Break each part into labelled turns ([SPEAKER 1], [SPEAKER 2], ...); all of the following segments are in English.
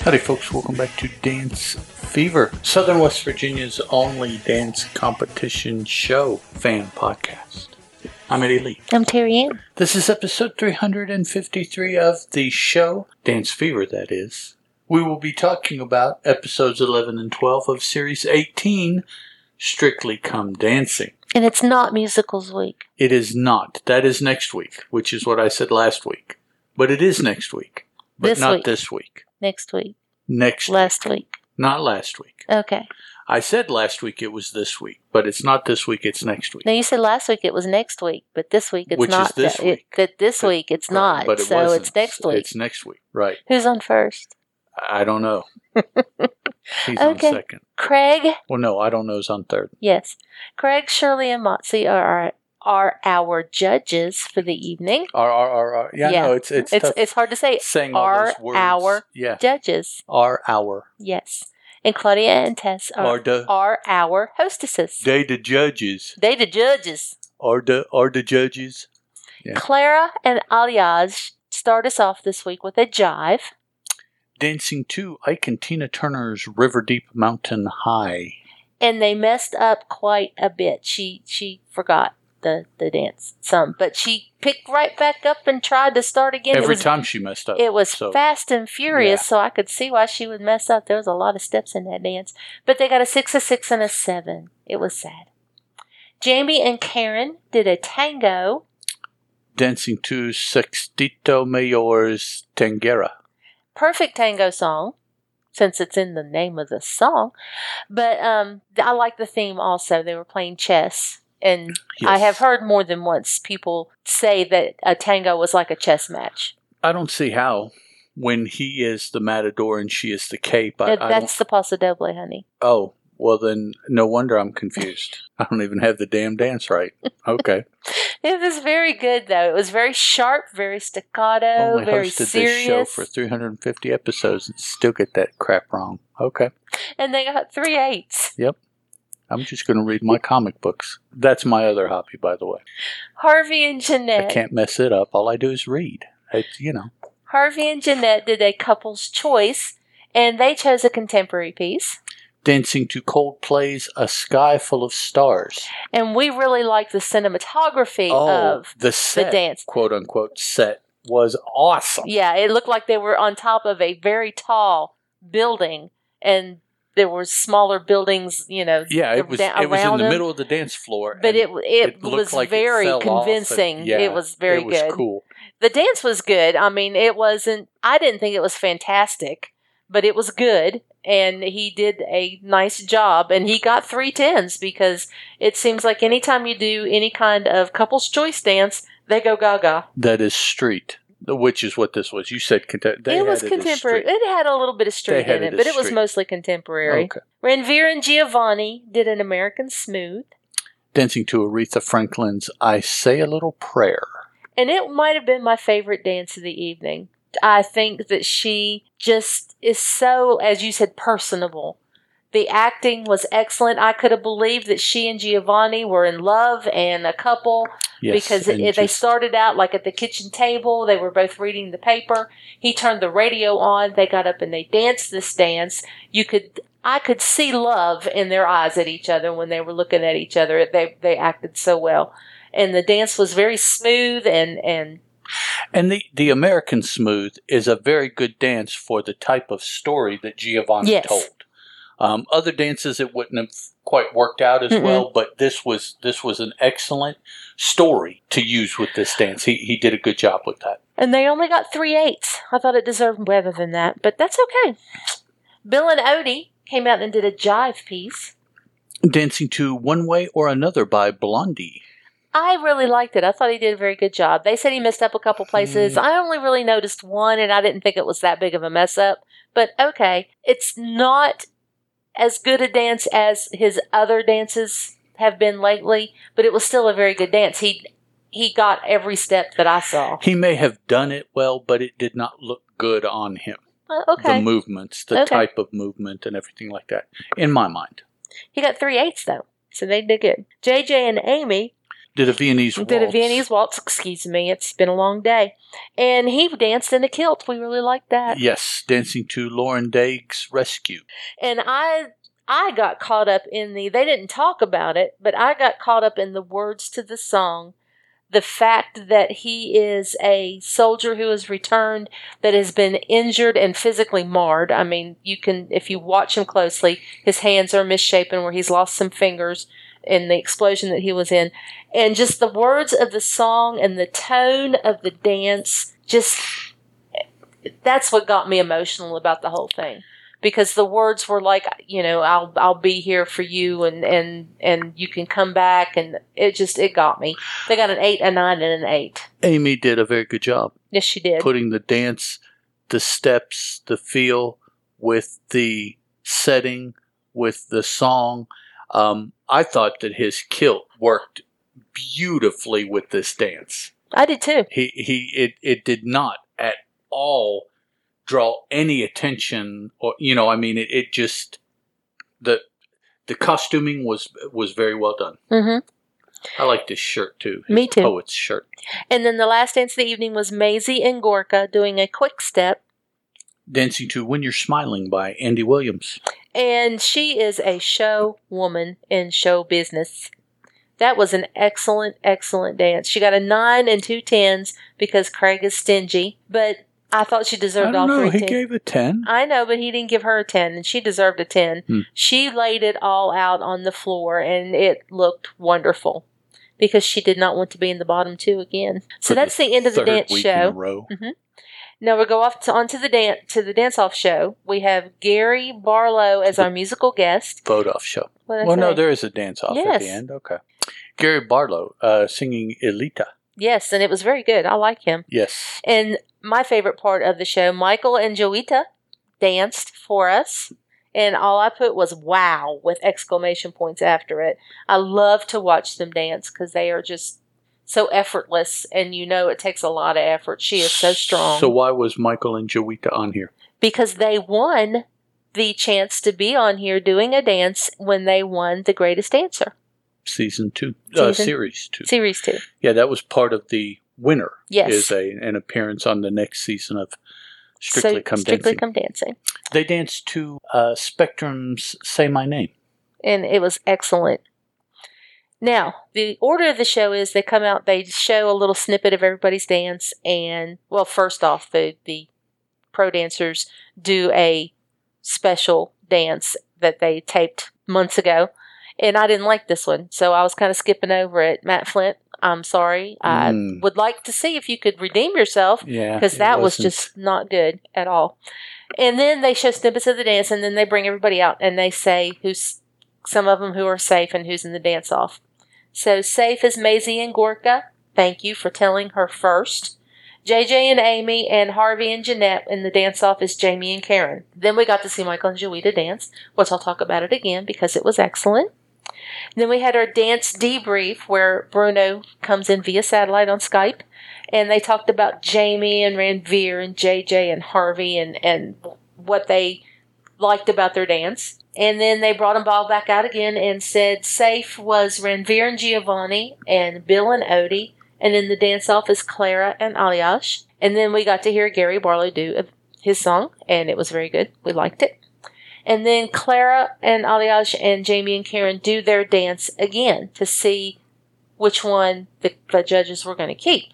[SPEAKER 1] Howdy, folks. Welcome back to Dance Fever, Southern West Virginia's only dance competition show fan podcast. I'm Eddie Lee.
[SPEAKER 2] I'm Terry Ann.
[SPEAKER 1] This is episode 353 of the show, Dance Fever, that is. We will be talking about episodes 11 and 12 of series 18, Strictly Come Dancing.
[SPEAKER 2] And it's not musicals week.
[SPEAKER 1] It is not. That is next week, which is what I said last week. But it is next week, but
[SPEAKER 2] This
[SPEAKER 1] not
[SPEAKER 2] week.
[SPEAKER 1] this week.
[SPEAKER 2] Next week.
[SPEAKER 1] Next,
[SPEAKER 2] Last week.
[SPEAKER 1] not last week.
[SPEAKER 2] Okay.
[SPEAKER 1] I said last week it was this week, but it's not this week. It's next week.
[SPEAKER 2] Now you said last week it was next week, but this week it's
[SPEAKER 1] Which is
[SPEAKER 2] not.
[SPEAKER 1] this
[SPEAKER 2] that,
[SPEAKER 1] week.
[SPEAKER 2] It, that this
[SPEAKER 1] Uh, But-
[SPEAKER 2] week it's
[SPEAKER 1] Right,
[SPEAKER 2] not. so
[SPEAKER 1] wasn't.
[SPEAKER 2] it's next week.
[SPEAKER 1] It's next week, right?
[SPEAKER 2] Who's on first?
[SPEAKER 1] I I don't know. He's
[SPEAKER 2] Okay.
[SPEAKER 1] on second.
[SPEAKER 2] Craig.
[SPEAKER 1] Well, no, I don't know. Is on third.
[SPEAKER 2] Yes. Craig, Shirley, and Motsy are our, are our judges for the evening.
[SPEAKER 1] R R R R. Yeah,
[SPEAKER 2] Yeah.
[SPEAKER 1] no, it's it's,
[SPEAKER 2] It's
[SPEAKER 1] tough
[SPEAKER 2] it's hard to say.
[SPEAKER 1] saying all
[SPEAKER 2] our
[SPEAKER 1] those words.
[SPEAKER 2] hour
[SPEAKER 1] yeah,
[SPEAKER 2] Judges.
[SPEAKER 1] our hour,
[SPEAKER 2] Yes. And Claudia and Tess
[SPEAKER 1] or
[SPEAKER 2] are,
[SPEAKER 1] the
[SPEAKER 2] are our hostesses.
[SPEAKER 1] day the judges,
[SPEAKER 2] they the judges.
[SPEAKER 1] or the or the judges. Yeah.
[SPEAKER 2] Clara and Aliaj start us off this week with a jive.
[SPEAKER 1] Dancing to Ike and Tina Turner's River Deep Mountain High.
[SPEAKER 2] and they messed up quite a bit. She she forgot the the dance some, but she picked right back up and tried to start again. it
[SPEAKER 1] Every
[SPEAKER 2] was,
[SPEAKER 1] time she messed up,
[SPEAKER 2] It was
[SPEAKER 1] so-
[SPEAKER 2] fast and furious,
[SPEAKER 1] Yeah.
[SPEAKER 2] so I could see why she would mess up. There was a lot of steps in that dance, but they got a six, a six, and a seven. It was sad. Jamie and Karen did a tango,
[SPEAKER 1] dancing to Sextito Mayor's Tangera.
[SPEAKER 2] perfect tango song, since it's in the name of the song. But um, I like the theme also. They were playing chess and I have heard more than once people say that a tango was like a chess match.
[SPEAKER 1] I don't see how when he is the matador and she is the cape. I,
[SPEAKER 2] That-
[SPEAKER 1] I don't,
[SPEAKER 2] That's the paso doble, honey.
[SPEAKER 1] oh, well then, no wonder I'm confused. I don't even have the damn dance right. Okay,
[SPEAKER 2] It was very good, though. It was very sharp, very staccato,
[SPEAKER 1] only
[SPEAKER 2] Oh, very
[SPEAKER 1] hosted this show
[SPEAKER 2] serious.
[SPEAKER 1] for 350 episodes and still get that crap wrong. Okay,
[SPEAKER 2] and they got three eights.
[SPEAKER 1] I'm just going to read my comic books. That's my other hobby, by the way.
[SPEAKER 2] Harvey and
[SPEAKER 1] I
[SPEAKER 2] Jeanette.
[SPEAKER 1] can't mess it up. All I do is read. It's you know,
[SPEAKER 2] Harvey and Jeanette did a couple's choice, and they chose a contemporary piece.
[SPEAKER 1] dancing to Coldplay's "A Sky Full of Stars." Oh,
[SPEAKER 2] And we really liked the cinematography of.
[SPEAKER 1] the set,
[SPEAKER 2] dance.
[SPEAKER 1] quote unquote set was awesome.
[SPEAKER 2] Yeah, it looked like they were on top of a very tall building, and there were smaller buildings, you know,
[SPEAKER 1] Yeah, it was
[SPEAKER 2] da-
[SPEAKER 1] it was in
[SPEAKER 2] around
[SPEAKER 1] the
[SPEAKER 2] him.
[SPEAKER 1] middle of the dance floor.
[SPEAKER 2] but
[SPEAKER 1] and
[SPEAKER 2] it it,
[SPEAKER 1] looked
[SPEAKER 2] was
[SPEAKER 1] like it
[SPEAKER 2] very
[SPEAKER 1] fell off and-
[SPEAKER 2] convincing.
[SPEAKER 1] yeah,
[SPEAKER 2] it was very
[SPEAKER 1] it was
[SPEAKER 2] good.
[SPEAKER 1] cool.
[SPEAKER 2] The dance was good. I mean, it wasn't. I didn't think it was fantastic, but it was good, and he did a nice job. And he got three tens because it seems like anytime you do any kind of couples choice dance, they go gaga.
[SPEAKER 1] That is street, which is what this was. You said contem- they
[SPEAKER 2] it
[SPEAKER 1] had
[SPEAKER 2] was
[SPEAKER 1] as
[SPEAKER 2] contemporary.
[SPEAKER 1] street.
[SPEAKER 2] It had a little bit of
[SPEAKER 1] They
[SPEAKER 2] street
[SPEAKER 1] had
[SPEAKER 2] in
[SPEAKER 1] it
[SPEAKER 2] it,
[SPEAKER 1] as
[SPEAKER 2] but it was
[SPEAKER 1] street.
[SPEAKER 2] mostly contemporary.
[SPEAKER 1] Okay.
[SPEAKER 2] Ranveer and Giovanni did an American Smooth,
[SPEAKER 1] Dancing to Aretha Franklin's "I Say a Little Prayer."
[SPEAKER 2] and it might have been my favorite dance of the evening. I think that she just is so, as you said, personable. The acting was excellent. I could have believed that she and Giovanni were in love and a couple
[SPEAKER 1] Yes,
[SPEAKER 2] because
[SPEAKER 1] and
[SPEAKER 2] it, they
[SPEAKER 1] just-
[SPEAKER 2] started out like at the kitchen table. They were both reading the paper. He turned the radio on. They got up and they danced this dance. You could, I could see love in their eyes at each other when they were looking at each other. They they acted so well, and the dance was very smooth and and
[SPEAKER 1] and the the American Smooth is a very good dance for the type of story that Giovanni
[SPEAKER 2] Yes.
[SPEAKER 1] told. Um, other dances it wouldn't have quite worked out as
[SPEAKER 2] Mm-mm.
[SPEAKER 1] well, but this was this was an excellent story to use with this dance. He he did a good job with that.
[SPEAKER 2] and they only got three eights. I thought it deserved better than that, but that's okay. Bill and Odie came out and did a jive piece.
[SPEAKER 1] Dancing to One Way or Another by Blondie.
[SPEAKER 2] I really liked it. I thought he did a very good job. They said he messed up a couple places.
[SPEAKER 1] Mm.
[SPEAKER 2] I only really noticed one, and I didn't think it was that big of a mess up. But okay, it's not as good a dance as his other dances have been lately, but it was still a very good dance. He he got every step that I saw.
[SPEAKER 1] He may have done it well, but it did not look good on him.
[SPEAKER 2] Well,
[SPEAKER 1] The
[SPEAKER 2] okay,
[SPEAKER 1] movements, the
[SPEAKER 2] Okay.
[SPEAKER 1] type of movement, and everything like that, in my mind.
[SPEAKER 2] he got three eights though, so they did good. JJ and Amy
[SPEAKER 1] Did a Viennese waltz.
[SPEAKER 2] Did a Viennese waltz, excuse me. It's been a long day. And he danced in a kilt. We really liked that.
[SPEAKER 1] Yes, dancing to Lauren Daig's Rescue.
[SPEAKER 2] And I I got caught up in the they didn't talk about it, but I got caught up in the words to the song. The fact that he is a soldier who has returned that has been injured and physically marred. I mean, you can if you watch him closely, his hands are misshapen where he's lost some fingers in the explosion that he was in. And just the words of the song and the tone of the dance, just that's what got me emotional about the whole thing. Because the words were like, you know, I'll I'll be here for you and and and you can come back and it just it got me. They got an eight, a nine, and an eight.
[SPEAKER 1] Amy did a very good job
[SPEAKER 2] Yes, she did.
[SPEAKER 1] putting the dance, the steps, the feel with the setting, with the song. Um, I thought that his kilt worked beautifully with this dance.
[SPEAKER 2] I did too.
[SPEAKER 1] he he it it did not at all draw any attention or you know i mean it, it just the the costuming was was very well done
[SPEAKER 2] Mm-hmm.
[SPEAKER 1] i like this shirt too
[SPEAKER 2] Me too.
[SPEAKER 1] poet's shirt
[SPEAKER 2] And then the last dance of the evening was Maisie and Gorka doing a quick step,
[SPEAKER 1] dancing to when you're smiling by andy williams
[SPEAKER 2] and she is a show woman in show business. That was an excellent, excellent dance. She got a nine and two tens because Craig is stingy, but I thought she
[SPEAKER 1] i
[SPEAKER 2] deserved all
[SPEAKER 1] don't know he
[SPEAKER 2] three tens.
[SPEAKER 1] gave a 10
[SPEAKER 2] I know, but he didn't give her a 10, and she deserved a 10.
[SPEAKER 1] Hmm.
[SPEAKER 2] She laid it all out on the floor, and it looked wonderful because she did not want to be in the bottom two again. So
[SPEAKER 1] For the
[SPEAKER 2] that's the end of the
[SPEAKER 1] third
[SPEAKER 2] dance
[SPEAKER 1] week in a
[SPEAKER 2] show.
[SPEAKER 1] row.
[SPEAKER 2] Now we go off to, onto the dance to the dance off show. We have Gary Barlow as our musical guest.
[SPEAKER 1] vote off show
[SPEAKER 2] What did I
[SPEAKER 1] well no
[SPEAKER 2] say?
[SPEAKER 1] there is a dance off at
[SPEAKER 2] Yes.
[SPEAKER 1] the end okay gary barlow uh, singing elita
[SPEAKER 2] yes, and it was very good. I like him.
[SPEAKER 1] yes
[SPEAKER 2] And my favorite part of the show, Michael and Joita danced for us. And all I put was wow with exclamation points after it. I love to watch them dance because they are just so effortless. And you know, it takes a lot of effort. She is so strong.
[SPEAKER 1] so why was michael and joita on here
[SPEAKER 2] because they won the chance to be on here doing a dance when they won the greatest dancer
[SPEAKER 1] season two uh,
[SPEAKER 2] Season-
[SPEAKER 1] series two
[SPEAKER 2] series two
[SPEAKER 1] Yeah, that was part of the winner.
[SPEAKER 2] yes
[SPEAKER 1] Is a an appearance on the next season of Strictly Come
[SPEAKER 2] strictly
[SPEAKER 1] Dancing.
[SPEAKER 2] come dancing
[SPEAKER 1] they danced to uh, Spectrum's "Say My Name."
[SPEAKER 2] and it was excellent now the order of the show is they come out they show a little snippet of everybody's dance and well first off the the pro dancers do a special dance that they taped months ago and i didn't like this one so i was kind of skipping over it matt flint i'm sorry i
[SPEAKER 1] Mm,
[SPEAKER 2] would like to see if you could redeem yourself
[SPEAKER 1] yeah,
[SPEAKER 2] because
[SPEAKER 1] it
[SPEAKER 2] that was
[SPEAKER 1] wasn't-
[SPEAKER 2] just not good at all. And then they show snippets of the dance, and then they bring everybody out and they say who's some of them who are safe and who's in the dance off. So safe is Maisie and Gorka. Thank you for telling her first. JJ and Amy and Harvey and Jeanette in the dance off is Jamie and Karen. Then we got to see Michael and Joita dance, which I'll talk about it again because it was excellent. Then we had our dance debrief where Bruno comes in via satellite on Skype and they talked about Jamie and Ranveer and JJ and Harvey and and what they liked about their dance. And then they brought them all back out again and said safe was Ranveer and Giovanni and Bill and Odie. And then the dance off is Clara and Aliash. And then we got to hear Gary Barlow do his song, and it was very good. We liked it. And then Clara and Aliash and Jamie and Karen do their dance again to see which one the, the judges were going to keep.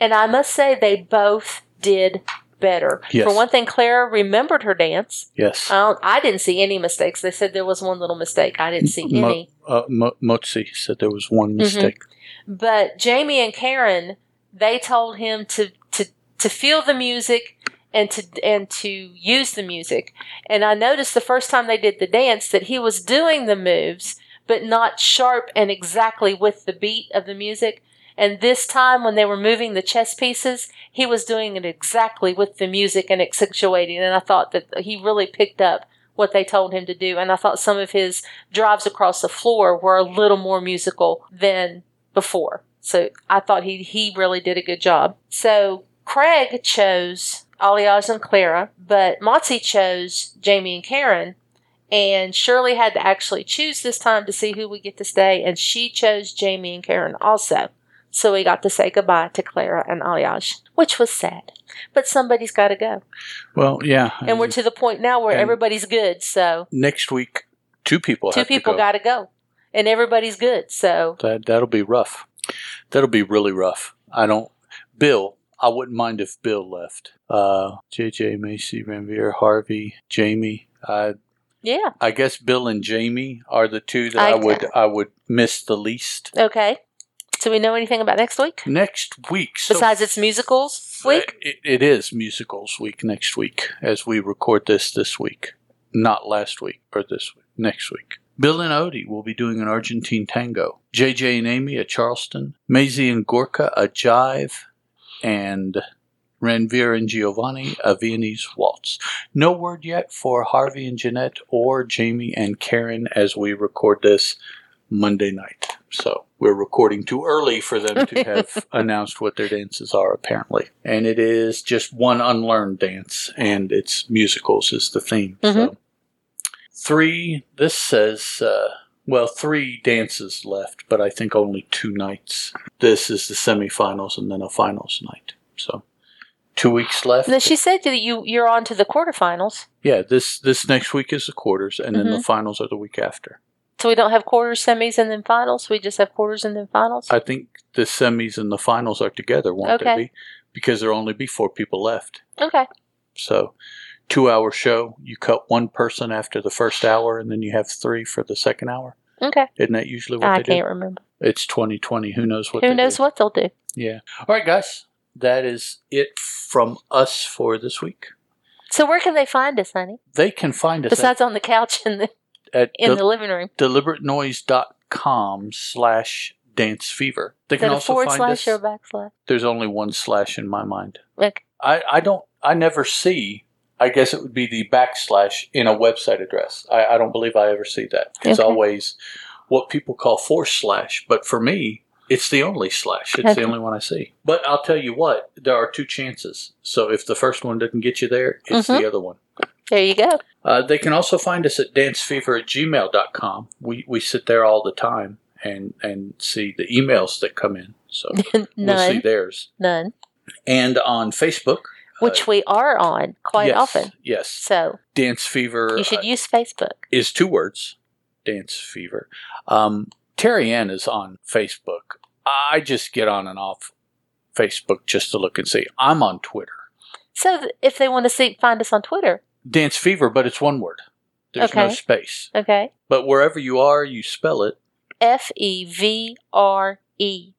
[SPEAKER 2] And I must say, they both did better.
[SPEAKER 1] Yes.
[SPEAKER 2] For one thing, Clara remembered her dance.
[SPEAKER 1] yes.
[SPEAKER 2] I, don't, I didn't see any mistakes. They said there was one little mistake. I didn't see
[SPEAKER 1] Mo-
[SPEAKER 2] any.
[SPEAKER 1] uh, Mo- Motsi said there was
[SPEAKER 2] Mm-hmm.
[SPEAKER 1] one mistake.
[SPEAKER 2] But Jamie and Karen, they told him to to to feel the music and to and to use the music. And I noticed the first time they did the dance that he was doing the moves, but not sharp and exactly with the beat of the music. And this time, when they were moving the chess pieces, he was doing it exactly with the music and accentuating. And I thought that he really picked up what they told him to do. And I thought some of his drives across the floor were a little more musical than before. So I thought he, he really did a good job. So Craig chose Alias and Clara, but Motsi chose Jamie and Karen. And Shirley had to actually choose this time to see who would get to stay, and she chose Jamie and Karen also. So we got to say goodbye to Clara and Aliage, which was sad. But somebody's got to go.
[SPEAKER 1] Well, yeah.
[SPEAKER 2] And we're to the point now where
[SPEAKER 1] And-
[SPEAKER 2] everybody's good. So
[SPEAKER 1] next week. Two people.
[SPEAKER 2] two
[SPEAKER 1] have to
[SPEAKER 2] people
[SPEAKER 1] go.
[SPEAKER 2] got to go. And everybody's good. So
[SPEAKER 1] That that'll be rough. That'll be really rough. I don't. Bill, I wouldn't mind if Bill left. Uh, J.J. Macy, Ranvier, Harvey, Jamie. I
[SPEAKER 2] yeah.
[SPEAKER 1] I guess Bill and Jamie are the two that
[SPEAKER 2] I
[SPEAKER 1] I would I would miss the least.
[SPEAKER 2] Okay. So we know anything about next week?
[SPEAKER 1] Next week. So uh,
[SPEAKER 2] Besides it's musicals week?
[SPEAKER 1] It, it is musicals week next week as we record this this week, not last week or this week, next week. Bill and Odie will be doing an Argentine tango. JJ and Amy a Charleston. Maisie and Gorka a jive. And Ranveer and Giovanni a Viennese waltz. No word yet for Harvey and Jeanette or Jamie and Karen as we record this Monday night. So we're recording too early for them to have announced what their dances are, apparently. And it is just one unlearned dance, and it's musicals is the theme. So three. This says uh, well, three dances left, but I think only two nights. This is the semifinals and then a finals night. So two weeks left.
[SPEAKER 2] No, she said that you you're on to the quarterfinals.
[SPEAKER 1] Yeah, this this next week is the quarters, and then the
[SPEAKER 2] Mhm.
[SPEAKER 1] finals are the week after.
[SPEAKER 2] So we don't have quarters, semis, and then finals. We just have quarters and then finals.
[SPEAKER 1] I think the semis and the finals are together, won't they
[SPEAKER 2] Okay.
[SPEAKER 1] be? Because there'll only be four people left.
[SPEAKER 2] Okay.
[SPEAKER 1] So, two hour show. You cut one person after the first hour, and then you have three for the second hour.
[SPEAKER 2] Okay.
[SPEAKER 1] Isn't that usually what
[SPEAKER 2] I
[SPEAKER 1] they
[SPEAKER 2] can't remember.
[SPEAKER 1] do? It's 2020. Who knows what?
[SPEAKER 2] Who
[SPEAKER 1] they
[SPEAKER 2] knows
[SPEAKER 1] do.
[SPEAKER 2] what they'll do?
[SPEAKER 1] Yeah. All right, guys. That is it from us for this week.
[SPEAKER 2] So where can they find us, honey?
[SPEAKER 1] They can find us
[SPEAKER 2] Besides on the couch in the
[SPEAKER 1] at, at
[SPEAKER 2] in
[SPEAKER 1] the-
[SPEAKER 2] the living room.
[SPEAKER 1] deliberatenoise.com slash dance fever. They
[SPEAKER 2] Is that
[SPEAKER 1] can
[SPEAKER 2] a
[SPEAKER 1] also
[SPEAKER 2] forward
[SPEAKER 1] find
[SPEAKER 2] slash or a
[SPEAKER 1] us.
[SPEAKER 2] backslash?
[SPEAKER 1] There's only one slash in my mind.
[SPEAKER 2] Okay.
[SPEAKER 1] I, I don't, I never see, I guess it would be the backslash in a website address. I, I don't believe I ever see that. It's
[SPEAKER 2] Okay.
[SPEAKER 1] always what people call force slash, but for me, it's the only slash. It's the
[SPEAKER 2] Okay.
[SPEAKER 1] only one I see. But I'll tell you what, there are two chances. So if the first one doesn't get you there, it's
[SPEAKER 2] Mm-hmm.
[SPEAKER 1] the other one.
[SPEAKER 2] There you go.
[SPEAKER 1] Uh, they can also find us at dancefever at gmail.com. We, we sit there all the time and, and see the emails that come in. So we'll see
[SPEAKER 2] none.
[SPEAKER 1] theirs.
[SPEAKER 2] None.
[SPEAKER 1] And on Facebook.
[SPEAKER 2] Which we are on quite
[SPEAKER 1] yes,
[SPEAKER 2] often.
[SPEAKER 1] Yes.
[SPEAKER 2] So
[SPEAKER 1] Dance Fever
[SPEAKER 2] you should use Facebook.
[SPEAKER 1] is two words. Dance Fever. Um, Terry Ann is on Facebook. I just get on and off Facebook just to look and see. I'm on Twitter.
[SPEAKER 2] So th- if they want to see find us on Twitter,
[SPEAKER 1] Dance Fever, but it's one word. There's no
[SPEAKER 2] Okay.
[SPEAKER 1] space.
[SPEAKER 2] okay?
[SPEAKER 1] But wherever you are, you spell it
[SPEAKER 2] F E V R E.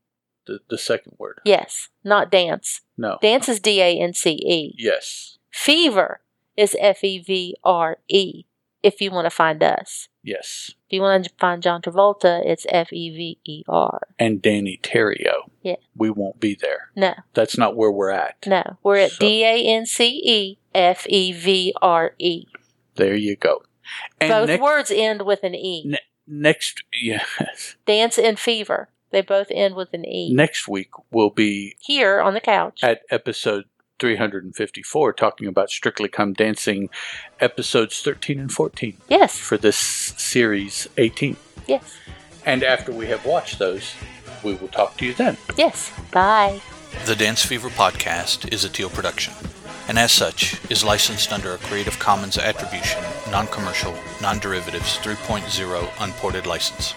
[SPEAKER 1] the, the second word.
[SPEAKER 2] Yes, not dance.
[SPEAKER 1] No.
[SPEAKER 2] Dance is D A N C E.
[SPEAKER 1] Yes.
[SPEAKER 2] Fever is F E V R E. If you want to find us,
[SPEAKER 1] Yes.
[SPEAKER 2] if you want to find John Travolta, it's F E V E R.
[SPEAKER 1] And Danny Terrio.
[SPEAKER 2] Yeah.
[SPEAKER 1] We won't be there.
[SPEAKER 2] No,
[SPEAKER 1] That's not where we're at.
[SPEAKER 2] no, we're at
[SPEAKER 1] So-
[SPEAKER 2] D A N C E F E V R E.
[SPEAKER 1] There you go. And
[SPEAKER 2] Both
[SPEAKER 1] next,
[SPEAKER 2] words end with an E.
[SPEAKER 1] Ne- next yes.
[SPEAKER 2] Dance and fever, they both end with an E.
[SPEAKER 1] Next week will be
[SPEAKER 2] Here on the couch.
[SPEAKER 1] at episode 354 talking about Strictly Come Dancing episodes 13 and 14
[SPEAKER 2] yes,
[SPEAKER 1] for this series 18.
[SPEAKER 2] yes,
[SPEAKER 1] And after we have watched those, we will talk to you then.
[SPEAKER 2] yes. Bye.
[SPEAKER 3] The Dance Fever podcast is a Teal production, and as such, is licensed under a Creative Commons Attribution, Non Commercial, Non Derivatives 3.0 Unported License.